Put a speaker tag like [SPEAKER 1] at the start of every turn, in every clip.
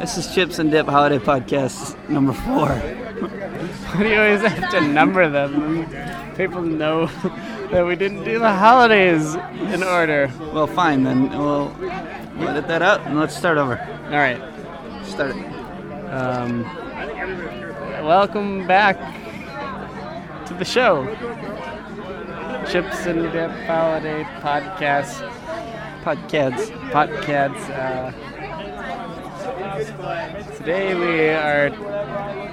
[SPEAKER 1] This is Chips and Dip Holiday Podcast number four.
[SPEAKER 2] Why do you always have to number them? People know that we didn't do the holidays in order.
[SPEAKER 1] Well, fine then. We'll we'll edit that out and let's start over.
[SPEAKER 2] All right.
[SPEAKER 1] Start it.
[SPEAKER 2] Um, welcome back to the show. Chips and Dip Holiday Podcast.
[SPEAKER 1] Podcasts.
[SPEAKER 2] Podcasts. Uh, today we are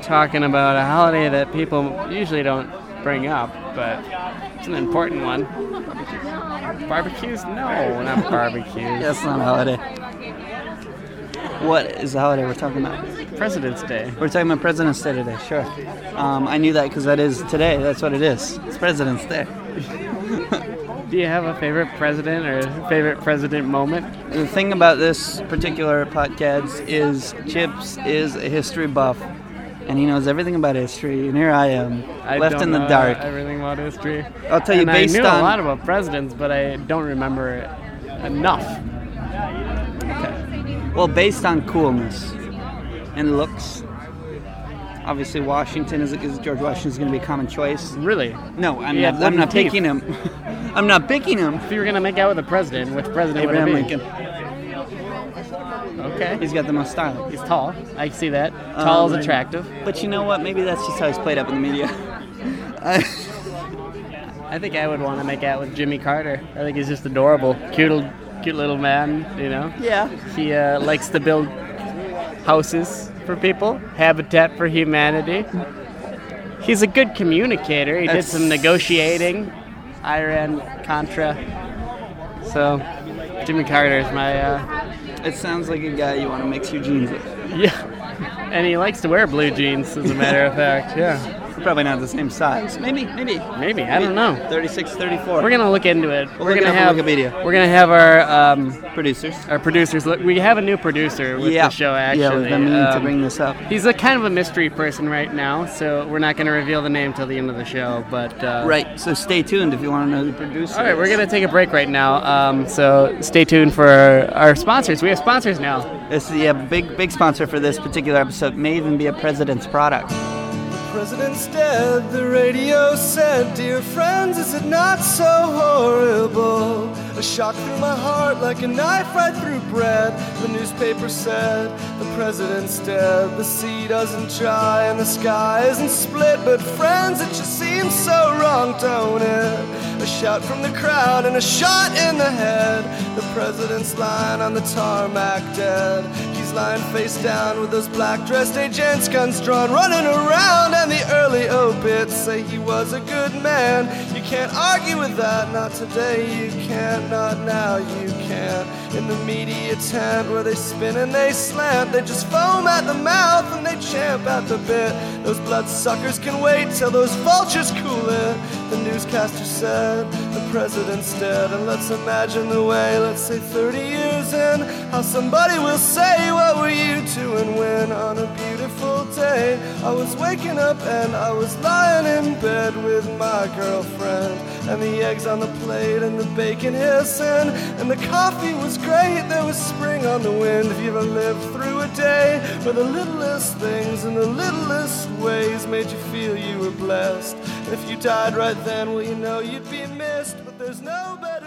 [SPEAKER 2] talking about a holiday that people usually don't bring up, but it's an important one. Barbecues? No, not barbecues.
[SPEAKER 1] That's not a holiday. What is the holiday we're talking about?
[SPEAKER 2] President's Day.
[SPEAKER 1] We're talking about President's Day today. Sure. Um, I knew that because that is today. That's what it is. It's President's Day.
[SPEAKER 2] Do you have a favorite president or favorite president moment?
[SPEAKER 1] The thing about this particular podcast is Chips is a history buff, and he knows everything about history. And here I am,
[SPEAKER 2] I
[SPEAKER 1] left
[SPEAKER 2] don't
[SPEAKER 1] in the
[SPEAKER 2] know
[SPEAKER 1] dark.
[SPEAKER 2] Everything about history.
[SPEAKER 1] I'll tell you
[SPEAKER 2] And
[SPEAKER 1] based
[SPEAKER 2] I knew
[SPEAKER 1] on-
[SPEAKER 2] a lot about presidents, but I don't remember it enough.
[SPEAKER 1] Well, based on coolness and looks, obviously Washington is, is George Washington is going to be a common choice.
[SPEAKER 2] Really.
[SPEAKER 1] No, I'm
[SPEAKER 2] He had
[SPEAKER 1] not. I'm not
[SPEAKER 2] wooden teeth.
[SPEAKER 1] picking him. I'm not picking him.
[SPEAKER 2] If you were gonna make out with a president, which president
[SPEAKER 1] Abraham
[SPEAKER 2] would it be?
[SPEAKER 1] Lincoln.
[SPEAKER 2] Okay. He's,
[SPEAKER 1] He's got the most style.
[SPEAKER 2] he's tall. I see that. Tall
[SPEAKER 1] Um,
[SPEAKER 2] is attractive.
[SPEAKER 1] But you know what? Maybe that's just how he's played up in the media. I-
[SPEAKER 2] I think I would want to make out with Jimmy Carter. I think he's just adorable, cute, little- cute little man. You know.
[SPEAKER 1] yeah.
[SPEAKER 2] He uh, likes to build houses for people, Habitat for Humanity. He's a good communicator. He did
[SPEAKER 1] That's-
[SPEAKER 2] some negotiating, Iran Contra. So, Jimmy Carter is my uh,
[SPEAKER 1] It sounds like a guy you want to mix your jeans with.
[SPEAKER 2] yeah, and he likes to wear blue jeans. As a matter of fact, yeah,
[SPEAKER 1] They're probably not the same size. Maybe, maybe.
[SPEAKER 2] maybe I don't know.
[SPEAKER 1] 36, 34.
[SPEAKER 2] We're gonna look into it. We're,
[SPEAKER 1] look it
[SPEAKER 2] gonna
[SPEAKER 1] up on
[SPEAKER 2] have
[SPEAKER 1] Wikipedia.
[SPEAKER 2] we're gonna have our um,
[SPEAKER 1] producers.
[SPEAKER 2] our producers look. We have a new producer with
[SPEAKER 1] yeah.
[SPEAKER 2] the show.
[SPEAKER 1] Yeah,
[SPEAKER 2] Actually,
[SPEAKER 1] we've been meaning to
[SPEAKER 2] Um,
[SPEAKER 1] bring this up.
[SPEAKER 2] He's a kind of a mystery person right now, so we're not going to reveal the name till the end of the show. But uh,
[SPEAKER 1] Right, so stay tuned if you want to know the producer.
[SPEAKER 2] all right, we're going to take a break right now. Um, so stay tuned for our, our sponsors. We have sponsors now.
[SPEAKER 1] This is yeah, big big sponsor for this particular episode may even be a president's product.
[SPEAKER 3] President's dead, the radio said, Dear friends, is it not so horrible? A shock through my heart like a knife right through bread. The newspaper said, The president's dead, the sea doesn't dry and the sky isn't split. But friends, it just seems so wrong, don't it? A shout from the crowd and a shot in the head. The president's lying on the tarmac dead. He's lying face down with those black dressed agents, guns drawn, running around. And the early obits say he was a good man. You can't argue with that, not today, you can't, not now, you can't. In the media tent where they spin and they slant, they just foam at the mouth and they champ at the bit. Those bloodsuckers can wait till those vultures cool it. The newscaster said, the president's dead. And let's imagine the way, let's say 30 years in, how somebody will say, What were you doing when on a beautiful day? I was waking up and I was lying in bed with my girlfriend. And the eggs on the plate and the bacon hissing. And the coffee was great, there was spring on the wind. If you ever lived through a day where the littlest things and the littlest ways made you feel you were blessed. And if you died right then, well, you know you'd be missed, but there's no better.